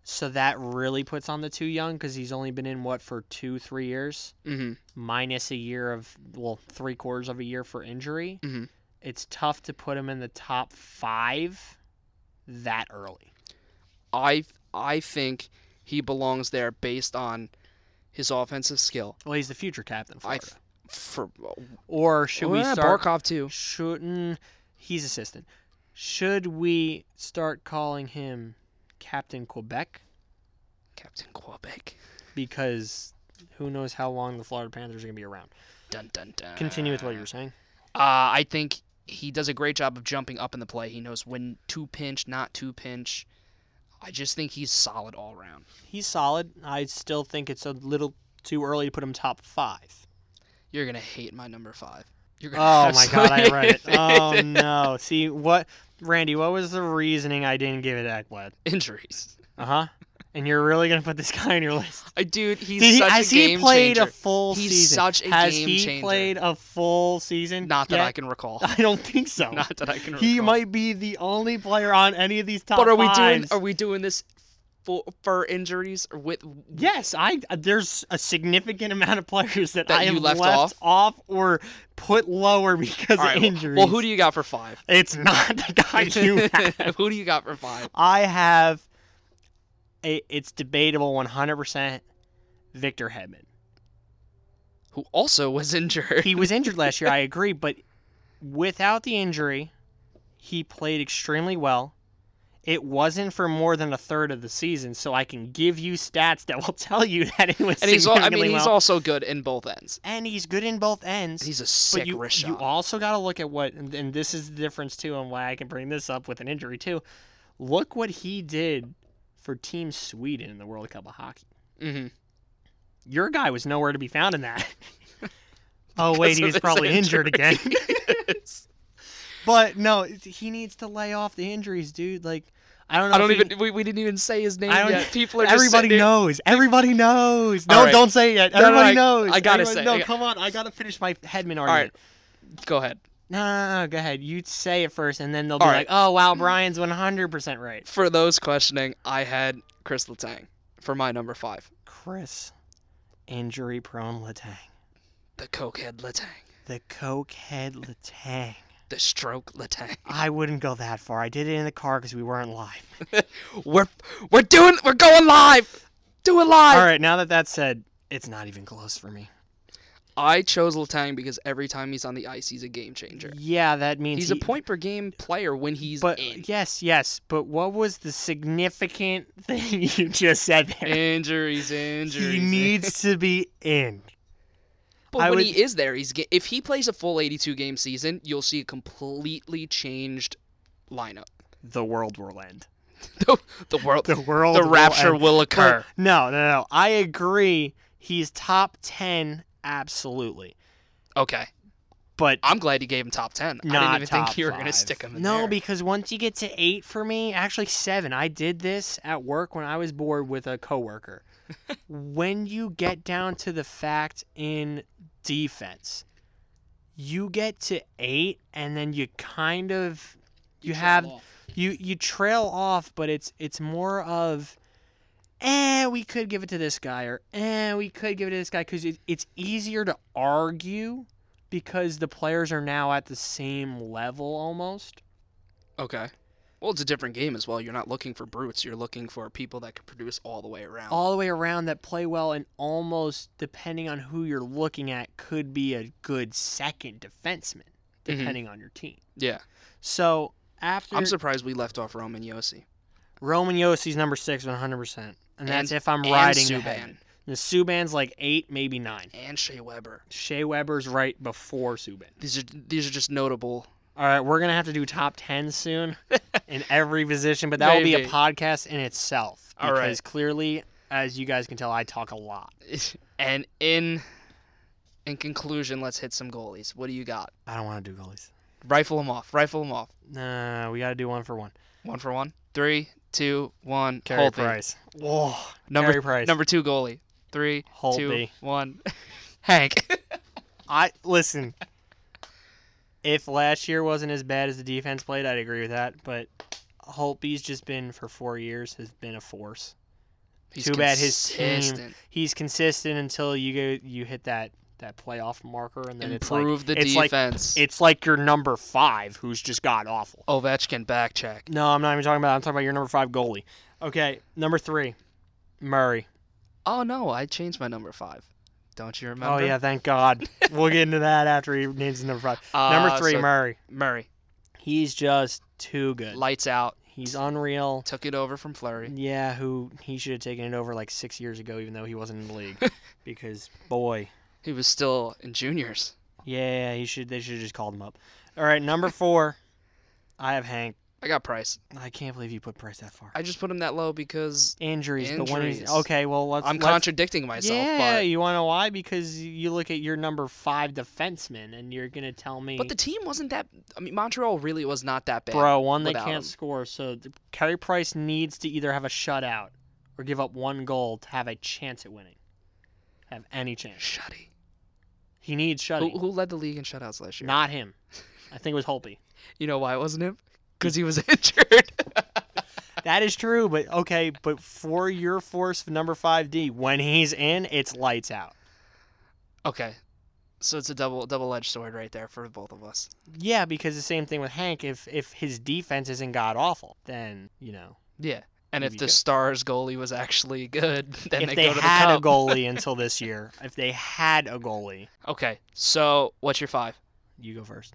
S2: So that really puts on the too young because he's only been in what for two, three years,
S1: Mhm.
S2: minus a year of well, three quarters of a year for injury.
S1: Mhm.
S2: It's tough to put him in the top five that early.
S1: I I think he belongs there based on his offensive skill.
S2: Well, he's the future captain.
S1: I
S2: Florida.
S1: f- for
S2: or should we
S1: Well,
S2: start?
S1: Barkov too.
S2: Shouldn't he's assistant? Should we start calling him Captain Quebec?
S1: Captain Quebec.
S2: Because who knows how long the Florida Panthers are gonna be around?
S1: Dun dun dun.
S2: Continue with what you were saying.
S1: Uh, I think he does a great job of jumping up in the play. He knows when to pinch, not to pinch. I just think he's solid all around.
S2: He's solid. I still think it's a little too early to put him top five.
S1: You're gonna hate my number five. You're gonna
S2: Oh my god, I
S1: absolutely
S2: read it.
S1: hate
S2: Oh no. See what Randy, what was the reasoning I didn't give it Ekblad?
S1: Injuries.
S2: Uh huh. And you're really gonna put this guy on your list.
S1: I dude, he's
S2: Did he,
S1: such
S2: has
S1: a game
S2: he played
S1: changer.
S2: a full
S1: He's
S2: season?
S1: such a
S2: has
S1: game
S2: he
S1: changer.
S2: played a full season?
S1: Not that
S2: yet?
S1: I can recall.
S2: I don't think so.
S1: Not that I can recall.
S2: he might be the only player on any of these top
S1: But are we doing
S2: fives.
S1: are we doing this for for injuries or with
S2: Yes, I uh, there's a significant amount of players that,
S1: That
S2: I
S1: you
S2: have
S1: left
S2: left,
S1: off?
S2: off? or put lower because
S1: All right,
S2: of
S1: well-
S2: injuries.
S1: Well, who do you got for five?
S2: It's not the guy you have.
S1: who do you got for five?
S2: I have. It, it's debatable 100%. Victor Hedman.
S1: Who also was injured?
S2: He was injured last year. I agree, but without the injury, he played extremely well. It wasn't for more than a third of the season, so I can give you stats that will tell you that it was.
S1: and he's all, I mean
S2: significantly
S1: he's
S2: well.
S1: also good in both ends.
S2: and he's good in both ends.
S1: He's a sick
S2: but you,
S1: wrist
S2: you
S1: shot.
S2: also got to look at what, and, and this is the difference too, and why I can bring this up with an injury too. Look what he did for Team Sweden in the World Cup of Hockey.
S1: mm-hmm.
S2: Your guy was nowhere to be found in that. oh
S1: Because
S2: wait, he
S1: of
S2: was
S1: his
S2: probably injured again.
S1: injuries.
S2: But no, it's- he needs to lay off the injuries, dude. Like I don't know.
S1: I don't
S2: if he-
S1: even we, we didn't even say his name
S2: I don't-
S1: yet. People are just
S2: Everybody
S1: sitting there-
S2: knows. Everybody knows. No,
S1: All right.
S2: don't say it yet.
S1: No, no,
S2: Everybody
S1: I-
S2: knows.
S1: I gotta
S2: Everybody-
S1: say- I
S2: No,
S1: got-
S2: come on. I gotta finish my Headman argument.
S1: right. Go ahead.
S2: No, no, no, no, go ahead. You say it first, and then they'll be
S1: All
S2: like, "Oh, wow, Brian's 100% right."
S1: For those questioning, I had Chris Letang for my number five.
S2: Chris, injury-prone Letang,
S1: The cokehead Letang.
S2: the cokehead Letang.
S1: The stroke Letang.
S2: I wouldn't go that far. I did it in the car because we weren't live.
S1: We're we're doing we're going live. Do it live.
S2: All right, now that that's said, it's not even close for me.
S1: I chose Latang because every time he's on the ice, he's a game changer.
S2: Yeah, that means
S1: He's
S2: he,
S1: a point per game player when he's
S2: But
S1: in.
S2: yes, yes. But what was the significant thing you just said there?
S1: Injuries, injuries.
S2: he needs to be in.
S1: But
S2: I
S1: when
S2: would-
S1: he is there, he's ge- if he plays a full 82 game season, you'll see a completely changed lineup.
S2: The world will end.
S1: The world, the,
S2: The world. will
S1: rapture
S2: end.
S1: will occur.
S2: But- no, no, no. I agree. He's top ten, absolutely.
S1: Okay,
S2: But
S1: I'm glad you gave him top 10. I didn't
S2: not
S1: even
S2: top
S1: think you were going to
S2: five.
S1: stick him in
S2: no,
S1: there.
S2: because once you get to eight for me, actually seven. I did this at work when I was bored with a coworker. when you get down to the fact in defense, you get to eight, and then you kind of you, have you you trail off, but it's it's more of, eh, we could give it to this guy, or eh, we could give it to this guy, because it, it's easier to argue because the players are now at the same level almost.
S1: Okay. Well, it's a different game as well. You're not looking for brutes. You're looking for people that can produce all the way around.
S2: all the way around that play well and almost depending on who you're looking at could be a good second defenseman
S1: Mhm.
S2: depending on your team.
S1: yeah.
S2: So after
S1: I'm surprised we left off Roman Yossi.
S2: Roman Yossi's number six, 100 percent, and that's
S1: And-
S2: if I'm
S1: and
S2: riding
S1: Subban.
S2: ahead. The Subban's like eight, maybe nine.
S1: And Shea Weber.
S2: Shea Weber's right before Subban.
S1: These are these are just notable.
S2: All right, we're gonna have to do top ten soon in every position, but that will be a
S1: Maybe.
S2: podcast in itself.
S1: All right.
S2: because clearly, as you guys can tell, I talk a lot.
S1: And in in conclusion, let's hit some goalies. What do you got?
S2: I don't want to do goalies.
S1: Rifle them off. Rifle them off.
S2: Nah, we gotta do one for one.
S1: One for one. Three, two, one.
S2: Carey
S1: Holtby.
S2: Price. Whoa.
S1: Number
S2: Carey Price.
S1: number two goalie. Three, two, one.
S2: Holtby.
S1: Hank.
S2: I listen. If last year wasn't as bad as the defense played, I'd agree with that. But Holtby's just been for four years has been a force.
S1: He's
S2: Too bad his team
S1: consistent.
S2: He's consistent until you go you hit that that playoff marker, and then
S1: Improve the
S2: it's like-
S1: defense.
S2: it's like it's like your number five who's just god awful.
S1: Ovechkin back check.
S2: No, I'm not even talking about. I'm talking about your number five goalie. Okay, number three, Murray.
S1: Oh no, I changed my number five. Don't you remember?
S2: Oh yeah, thank God. we'll get into that after he names his number five.
S1: Uh,
S2: number three,
S1: so
S2: Murray.
S1: Murray.
S2: He's just too good.
S1: Lights out.
S2: He's unreal.
S1: Took it over from Flurry.
S2: Yeah, who he should have taken it over like six years ago, even though he wasn't in the league. because boy,
S1: He was still in juniors.
S2: yeah, he should. They should have just called him up. All right, number four. I have Hank.
S1: I got Price.
S2: I can't believe you put Price that far.
S1: I just put him that low because
S2: Injuries, but when he's
S1: Injuries.
S2: okay, well let's.
S1: I'm
S2: let's-
S1: contradicting myself.
S2: Yeah, you want to know why? Because you look at your number five defenseman, and you're gonna tell me,
S1: But, but the team wasn't that. I mean, Montreal really was not that bad.
S2: bro, one they
S1: without
S2: can't
S1: him.
S2: score. So the- Carey Price needs to either have a shutout or give up one goal to have a chance at winning. Have any chance?
S1: Shutty.
S2: He needs
S1: Who,
S2: shutting.
S1: who led the league in shutouts last year?
S2: Not him. I think it was Holpe.
S1: You know why it wasn't him? Because he was injured.
S2: That is true, but okay, but for your force of number five D, when he's in, it's lights out.
S1: okay, so it's a double double edged sword right there for both of us.
S2: Yeah, because the same thing with Hank. If if his defense isn't god awful, then you know
S1: Yeah, and
S2: Here
S1: if
S2: we
S1: the
S2: go.
S1: Stars goalie was actually good, then
S2: if
S1: they,
S2: they,
S1: go to the
S2: had
S1: cup.
S2: a goalie until this year, if they had a goalie,
S1: Okay, so what's your five,
S2: you go first.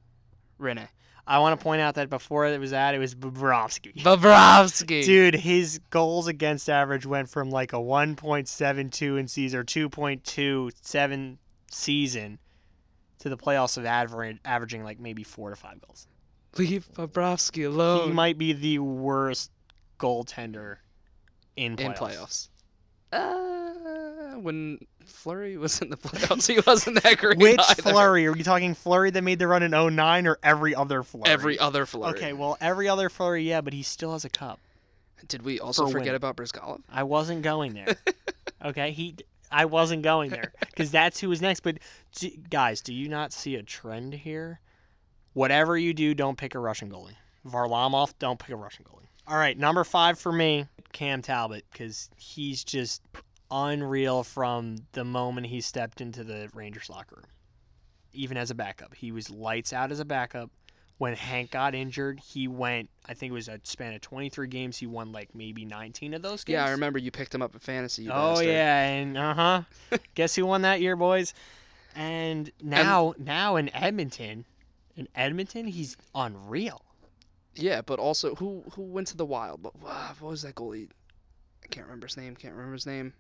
S1: Rene?
S2: I want to point out that before it was that, it was Bobrovsky.
S1: Bobrovsky.
S2: Dude, his goals against average went from like a 1.72 in season or 2.27 season to the playoffs of average, averaging like maybe four to five goals.
S1: leave Bobrovsky
S2: He
S1: alone
S2: might be the worst goaltender in playoffs.
S1: in playoffs. Uh, when Flurry was in the playoffs, he wasn't that great.
S2: Which
S1: either.
S2: Flurry? Are you talking Flurry that made the run in 09 or every other Flurry?
S1: Every other Flurry.
S2: Okay, well, every other Flurry, yeah, but he still has a cup.
S1: Did we also
S2: for
S1: forget
S2: win.
S1: about Brizgalov?
S2: I wasn't going there. okay, he. I wasn't going there because that's who was next. But do, guys, do you not see a trend here? Whatever you do, don't pick a Russian goalie. Varlamov, don't pick a Russian goalie. All right, number five for me, Cam Talbot, because he's just unreal from the moment he stepped into the Rangers locker room. Even as a backup, he was lights out as a backup. When Hank got injured, he went. I think it was a span of 23 games. He won like maybe 19 of those games.
S1: Yeah, I remember you picked him up in fantasy. You
S2: Oh
S1: bastard.
S2: yeah, and uh huh. Guess who won that year, boys? And now, now in Edmonton, in Edmonton, he's unreal.
S1: Yeah, but also who who went to the Wild? But wow, what was that goalie? I can't remember his name. Can't remember his name.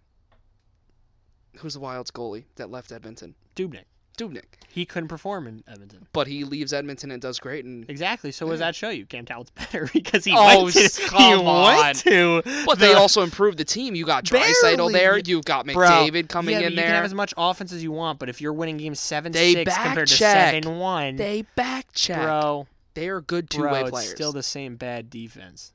S1: Who's the Wild's goalie that left Edmonton?
S2: Dubnik.
S1: Dubnik,
S2: He couldn't perform in Edmonton.
S1: but he leaves Edmonton and does great. And
S2: Exactly. So what does that show you? Cam Talbot's better because he
S1: Oh,
S2: went to,
S1: s-
S2: he
S1: come
S2: went to
S1: but they
S2: the-
S1: also improved the team. You got Drysaitel
S2: Barely.
S1: there. You got
S2: Bro,
S1: McDavid coming
S2: yeah, but
S1: in
S2: you
S1: there.
S2: can have as much offense as you want, but if you're winning games seven
S1: They
S2: six compared to
S1: backcheck.
S2: seven one,
S1: They back check.
S2: bro,
S1: They are good two
S2: bro,
S1: way
S2: it's
S1: players.
S2: still the same bad defense.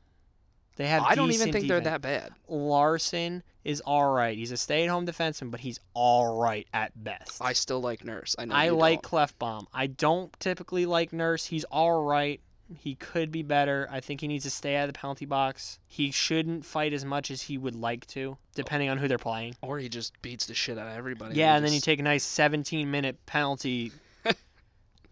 S2: They have.
S1: I don't even
S2: decent
S1: think they're
S2: defense.
S1: that bad.
S2: Larson is all right. He's a stay-at-home defenseman, but he's all right at best.
S1: I still like Nurse. I know.
S2: I
S1: you
S2: like
S1: don't.
S2: Clefbaum. I don't typically like Nurse. He's all right. He could be better. I think he needs to stay out of the penalty box. He shouldn't fight as much as he would like to, depending on who they're playing.
S1: Or he just beats the shit out of everybody.
S2: yeah, and then you
S1: just-
S2: take a nice 17 minute penalty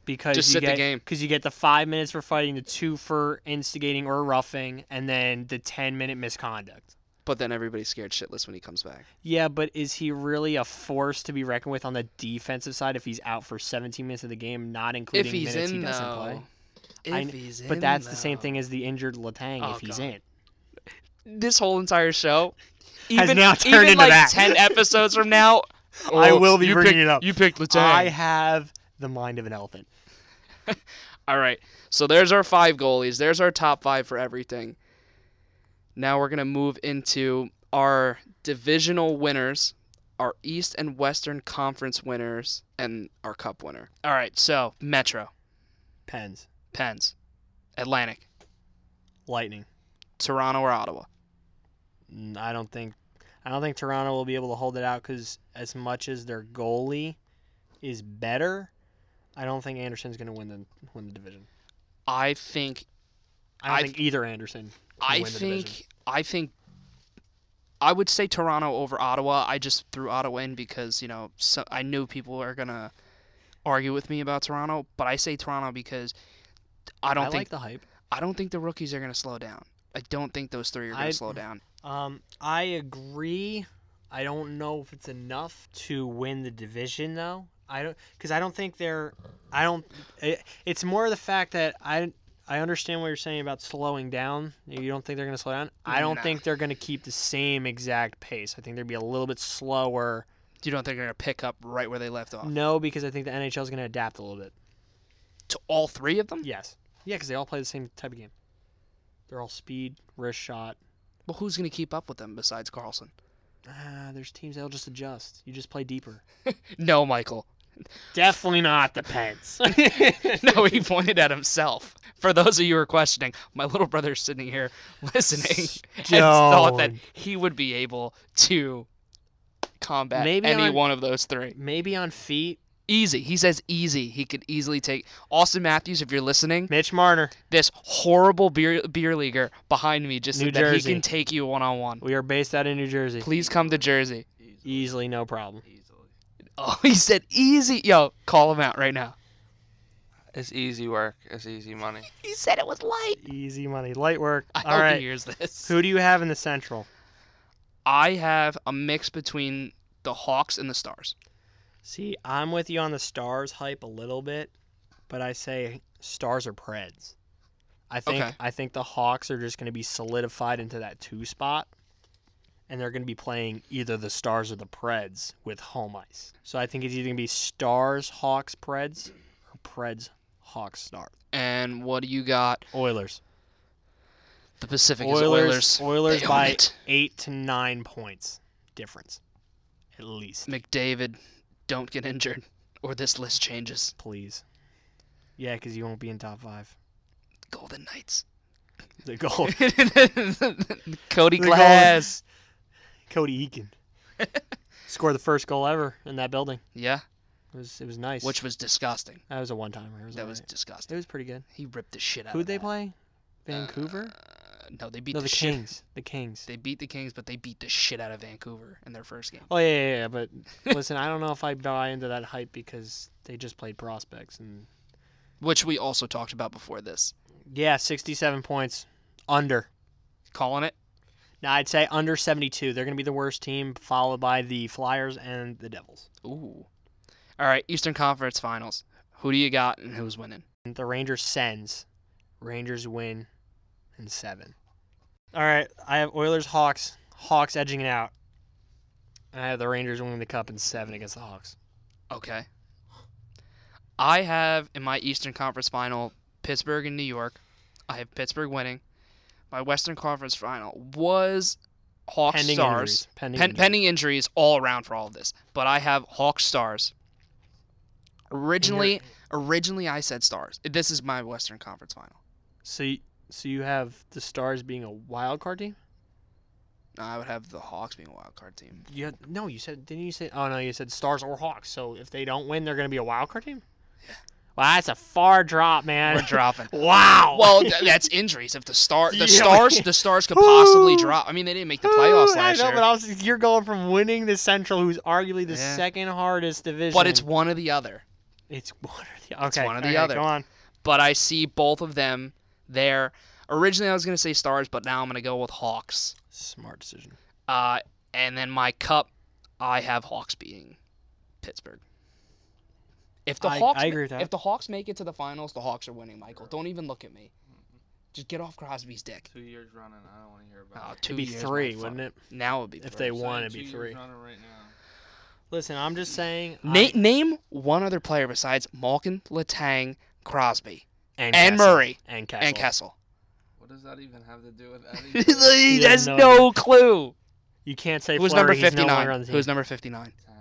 S2: because
S1: Just
S2: you
S1: sit the
S2: get
S1: game.
S2: because you get the five minutes for fighting, the two for instigating or roughing, and then the 10 minute misconduct.
S1: But then everybody's scared shitless when he comes back.
S2: Yeah, but is he really a force to be reckoned with on the defensive side if he's out for 17 minutes of the game, not including
S1: if he's
S2: minutes
S1: in
S2: he doesn't play?
S1: though, if
S2: I kn-
S1: he's in,
S2: But that's the same
S1: though.
S2: thing as the injured Latang
S1: Oh,
S2: if he's
S1: God.
S2: in.
S1: This whole entire show, even,
S2: now turned
S1: even
S2: into
S1: like
S2: that.
S1: ten episodes from now,
S2: I
S1: oh,
S2: will be
S1: you
S2: bringing
S1: picked-
S2: it up.
S1: You picked Letang.
S2: I have the mind of an elephant.
S1: All right. So there's our five goalies. There's our top five for everything. Now we're going to move into our divisional winners, our East and Western Conference winners, and our cup winner. All right. So Metro,
S2: Pens,
S1: Pens, Atlantic,
S2: Lightning.
S1: Toronto or Ottawa.
S2: Mm, I don't think, I don't think Toronto will be able to hold it out because as much as their goalie is better, I don't think Anderson's going to win the win the division.
S1: I think.
S2: I don't
S1: I-
S2: think either Anderson. Can
S1: I
S2: win the division.
S1: think. I think. I would say Toronto over Ottawa. I just threw Ottawa in because you know so I knew people are gonna argue with me about Toronto, but I say Toronto because I don't
S2: I
S1: think
S2: like the hype.
S1: I don't think the rookies are going to slow down. I don't think those three are going
S2: I-
S1: to slow down.
S2: Um, I agree. I don't know if it's enough to win the division though. I don't because I don't think they're. I don't. It, it's more the fact that I I understand what you're saying about slowing down. You don't think they're going to slow down. I don't
S1: Nah.
S2: think they're going to keep the same exact pace. I think they'd be a little bit slower.
S1: You don't think they're going to pick up right where they left off?
S2: No, because I think the NHL is going to adapt a little bit.
S1: To all three of them?
S2: Yes. Yeah, because they all play the same type of game. They're all speed, wrist shot.
S1: Well, who's going to keep up with them besides Carlson?
S2: Ah, there's teams that'll just adjust. You just play deeper.
S1: No, Michael.
S2: Definitely not the Pens.
S1: no, he pointed at himself. For those of you who are questioning, my little brother's sitting here listening and thought that
S2: Stone.
S1: he would be able to combat
S2: Maybe
S1: any
S2: on-
S1: one of those three.
S2: Maybe on feet.
S1: Easy. He says easy. He could easily take Austin Matthews if you're listening.
S2: Mitch Marner.
S1: this horrible beer beer leaguer behind me just
S2: New
S1: said that he
S2: Jersey.
S1: can take you one on one.
S2: We are based out in New Jersey.
S1: Please come to Jersey.
S2: Easily, no problem.
S1: Oh, he said easy. Yo, call him out right now.
S3: It's easy work. It's easy money.
S1: He said it was light.
S2: Easy money. Light work.
S1: I
S2: All
S1: hope
S2: right.
S1: he hears this.
S2: Who do you have in the Central?
S1: I have a mix between the Hawks and the Stars.
S2: See, I'm with you on the Stars hype a little bit, but I say Stars are Preds. I think
S1: Okay.
S2: I think the Hawks are just going to be solidified into that two spot, and they're going to be playing either the Stars or the Preds with home ice. So I think it's either going to be Stars Hawks Preds or Preds Hawks Stars
S1: And what do you got?
S2: Oilers.
S1: The Pacific is
S2: Oilers
S1: Oilers.
S2: Oilers
S1: They own
S2: by
S1: it.
S2: eight to nine points difference, at least.
S1: McDavid, don't get injured, or this list changes.
S2: Please, yeah, because you won't be in top five.
S1: Golden Knights.
S2: The goal.
S1: Cody
S2: The
S1: Glass.
S2: Cody Eakin scored the first goal ever in that building.
S1: Yeah,
S2: It was it was nice.
S1: which was disgusting.
S2: that was a one timer. It was
S1: That
S2: alright.
S1: was
S2: it
S1: disgusting.
S2: was pretty good.
S1: He ripped the shit out.
S2: Who'd
S1: of
S2: they
S1: that.
S2: play? Vancouver?
S1: Uh, no, they beat
S2: no,
S1: the,
S2: the
S1: shit.
S2: Kings. The Kings.
S1: They beat the Kings, but they beat the shit out of Vancouver in their first game.
S2: Oh yeah, yeah, yeah. But listen, I don't know if I buy into that hype because they just played prospects and
S1: Which we also talked about before this.
S2: yeah, sixty-seven points under.
S1: Calling it.
S2: Now I'd say under seventy-two. They're gonna be the worst team, followed by the Flyers and the Devils.
S1: Ooh. All right, Eastern Conference Finals. Who do you got and who's winning?
S2: And the Rangers sends. Rangers win in seven. All right, I have Oilers Hawks. Hawks edging it out. And I have the Rangers winning the cup in seven against the Hawks.
S1: Okay. I have in my Eastern Conference final Pittsburgh and New York. I have Pittsburgh winning. My Western Conference final was Hawks
S2: pending
S1: Stars.
S2: injuries. Pending.
S1: Pen-
S2: injuries.
S1: pending injuries all around for all of this. But I have Hawks Stars. Originally, originally I said Stars. This is my Western Conference final.
S2: So, you, so you have the Stars being a wild card team.
S1: I would have the Hawks being a wild card team.
S2: You had, no, you said didn't you say? Oh no, you said Stars or Hawks. So if they don't win, they're going to be a wild card team. Wow, that's a far drop, man.
S1: We're dropping.
S2: wow.
S1: Well, th- that's injuries. If the star,
S2: Yeah.
S1: the stars, the stars could possibly drop. I mean, they didn't make the playoffs
S2: Ooh,
S1: last
S2: I know,
S1: year,
S2: but I was, you're going from winning the Central, who's arguably the
S1: Yeah.
S2: second hardest division.
S1: but it's one or the other.
S2: it's one or the okay,
S1: one or the
S2: okay,
S1: other.
S2: Go on.
S1: But I see both of them there. Originally, I was gonna say stars, but now I'm gonna go with Hawks.
S2: Smart decision.
S1: Uh, and then my cup, I have Hawks beating Pittsburgh. If the
S2: I-
S1: Hawks,
S2: I
S1: ma-
S2: agree with that.
S1: if the Hawks make it to the finals, the Hawks are winning. Michael, don't even look at me. Just get off Crosby's dick.
S3: Two years running. I don't want to hear
S1: Oh,
S3: about it.
S1: two
S2: It'd be
S1: years,
S2: three,
S1: motherfucker.
S2: wouldn't it?
S1: Now it would be
S2: If
S1: three.
S2: they won, it'd
S3: Two
S2: be
S3: years
S2: three.
S3: running right now.
S2: Listen, I'm just saying.
S1: Na- name one other player besides Malkin, Latang, Crosby,
S2: and,
S1: and,
S2: Kessel.
S1: Murray,
S2: and Kessel.
S1: and Kessel.
S3: What does that even have to do with
S1: He
S3: anything?
S2: You
S1: has
S2: have
S1: no,
S2: no
S1: clue.
S2: You can't say
S1: Who's
S2: Fleury,
S1: number
S2: he's no longer
S1: 59?
S2: on the team.
S1: Who's number 59?
S3: Dang,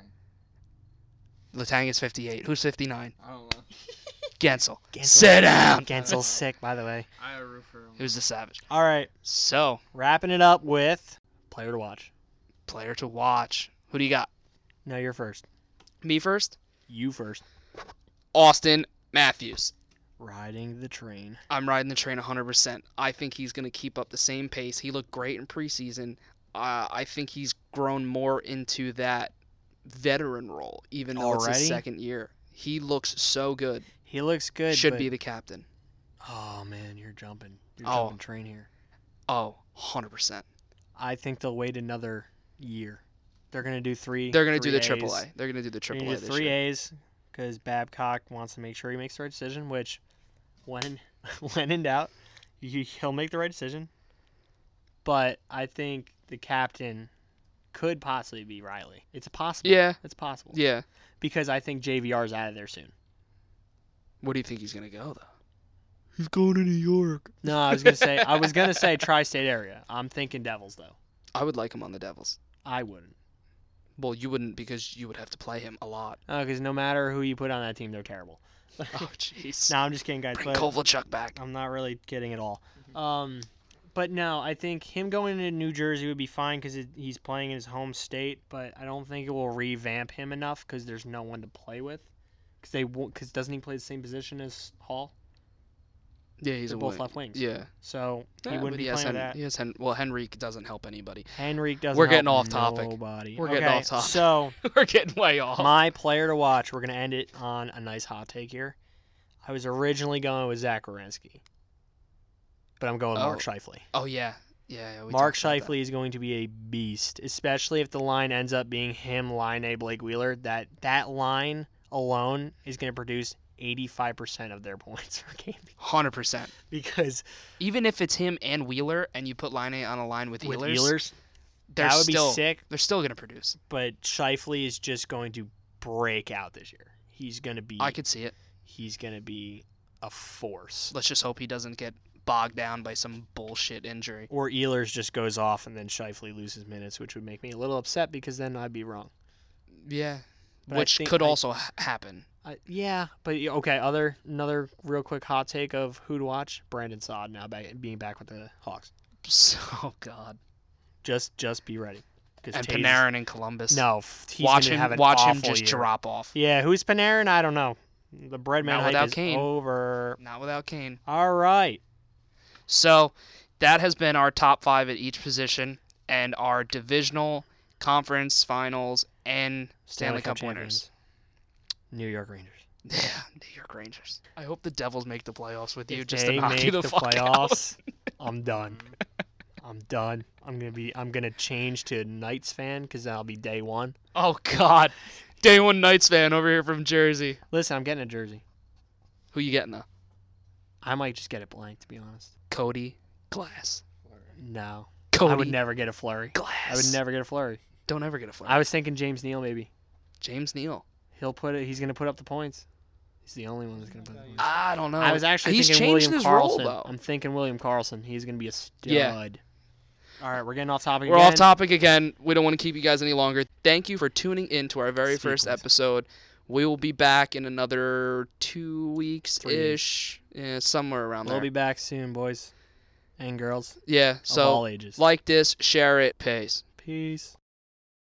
S1: Latang is 58. Who's 59?
S3: I don't know.
S1: Gensel.
S2: Gensel.
S1: Sit down.
S2: Gensel's sick, by the way.
S3: I root for him.
S1: It was the Savage.
S2: All right,
S1: So,
S2: wrapping it up with player to watch.
S1: player to watch. Who do you got?
S2: No, you're first.
S1: Me first?
S2: You first.
S1: Austin Matthews.
S2: Riding the train.
S1: I'm riding the train 100%. I think he's going to keep up the same pace. He looked great in preseason. Uh, I think he's grown more into that veteran role, even though it's
S2: Already?
S1: his second year. He looks so good.
S2: He looks good.
S1: Should
S2: but-
S1: be the captain.
S2: Oh man, you're jumping. You're
S1: Oh.
S2: jumping train here.
S1: Oh, 100%.
S2: I think they'll wait another year. They're gonna do three.
S1: They're going to do the
S2: three A's.
S1: triple A. They're going to do the
S2: They're
S1: triple
S2: gonna
S1: A
S2: do
S1: this
S2: three
S1: year.
S2: A's because Babcock wants to make sure he makes the right decision. Which, when when in doubt, he, he'll make the right decision. But I think the captain could possibly be Riley. It's possible.
S1: Yeah.
S2: it's possible.
S1: Yeah.
S2: because I think JVR's out of there soon.
S1: What do you think he's going to go, though? He's going to New York.
S2: No, I was gonna say I was gonna say tri-state area. I'm thinking Devils though.
S1: I would like him on the Devils.
S2: I wouldn't.
S1: Well, you wouldn't because you would have to play him a lot.
S2: because Uh, no matter who you put on that team, they're terrible.
S1: Oh, jeez.
S2: No, I'm just kidding, guys.
S1: Bring
S2: But
S1: Kovalchuk back.
S2: I'm not really kidding at all.
S1: Mm-hmm.
S2: Um, but no, I think him going to New Jersey would be fine because he's playing in his home state. But I don't think it will revamp him enough because there's no one to play with. Because they because doesn't he play the same position as Hall?
S1: Yeah, he's
S2: They're
S1: a
S2: both
S1: wing.
S2: left wings.
S1: Yeah.
S2: So he
S1: Yeah,
S2: wouldn't
S1: but
S2: be
S1: has
S2: playing with
S1: Hen-
S2: that.
S1: He has Hen- well, Henrique doesn't help anybody.
S2: Henrique doesn't.
S1: We're getting
S2: help
S1: off topic.
S2: Nobody.
S1: We're getting
S2: Okay,
S1: off topic.
S2: So.
S1: We're getting way off.
S2: My player to watch. We're gonna end it on a nice hot take here. I was originally going with Zach Wierenski, but I'm going
S1: Oh,
S2: Mark Shifley.
S1: oh yeah, yeah. yeah we
S2: Mark
S1: talked about that.
S2: Shifley is going to be a beast, especially if the line ends up being him, Line A, Blake Wheeler. That that line alone is going to produce 85% of their points per game
S1: Hundred percent.
S2: because
S1: Even if it's him and Wheeler, and you put Line on a line with
S2: with
S1: Wheelers,
S2: Wheelers,
S1: they're
S2: that would
S1: still
S2: be sick.
S1: they're still gonna produce.
S2: But Shifley is just going to break out this year. He's going to be
S1: I could see it.
S2: he's going to be a force.
S1: Let's just hope he doesn't get bogged down by some bullshit injury.
S2: or Ehlers just goes off and then Shifley loses minutes, which would make me a little upset because then I'd be wrong.
S1: Yeah,
S2: But I
S1: which
S2: think
S1: could
S2: I-
S1: also ha- happen.
S2: I, Uh, yeah, but y- okay. Other another real quick hot take of who to watch: Brandon Saad now back, being back with the Hawks.
S1: So, oh God.
S2: Just just be ready. 'Cause
S1: And
S2: Taves-
S1: Panarin and Columbus.
S2: No, f- he's
S1: watch
S2: gonna
S1: him.
S2: Have an
S1: watch him
S2: awful
S1: just
S2: year.
S1: drop off.
S2: Yeah, who's Panarin? I don't know. The breadman
S1: Not
S2: hype
S1: without
S2: is
S1: Kane.
S2: over.
S1: Not without Kane.
S2: All right.
S1: So that has been our top five at each position and our divisional conference finals and Stanley, Cup, winners.
S2: champions. New York Rangers.
S1: Yeah, New York Rangers. I hope the Devils make the playoffs with you
S2: If
S1: just
S2: they
S1: to knock
S2: make
S1: you the, fuck out.
S2: I'm done. I'm done. I'm gonna be. I'm gonna change to Knights fan because that'll be day one.
S1: Oh God, day one Knights fan over here from Jersey.
S2: Listen, I'm getting a jersey.
S1: Who you getting though?
S2: I might just get it blank, to be honest.
S1: Cody Glass.
S2: No,
S1: Cody
S2: I would never get a flurry.
S1: Glass.
S2: I would never get a flurry.
S1: Don't ever get a flare.
S2: I was thinking James Neal maybe.
S1: James Neal.
S2: He'll put it. He's gonna put up the points. He's the only one that's going to play the corner.
S1: I don't know.
S2: I was actually
S1: Oh, he's
S2: thinking
S1: changed
S2: William
S1: his
S2: Carlson.
S1: role though.
S2: I'm thinking William Carlson. He's going to be a stud.
S1: Yeah.
S2: All right, we're getting off topic.
S1: We're
S2: again.
S1: off topic again. We don't want to keep you guys any longer. Thank you for tuning in to our very
S2: Sweet
S1: first
S2: points.
S1: episode. We will be back in another two weeks ish, yeah, somewhere around
S2: We'll
S1: there.
S2: be back soon, boys and girls
S1: yeah.
S2: of
S1: So
S2: all ages.
S1: like this, share it, peace.
S2: Peace.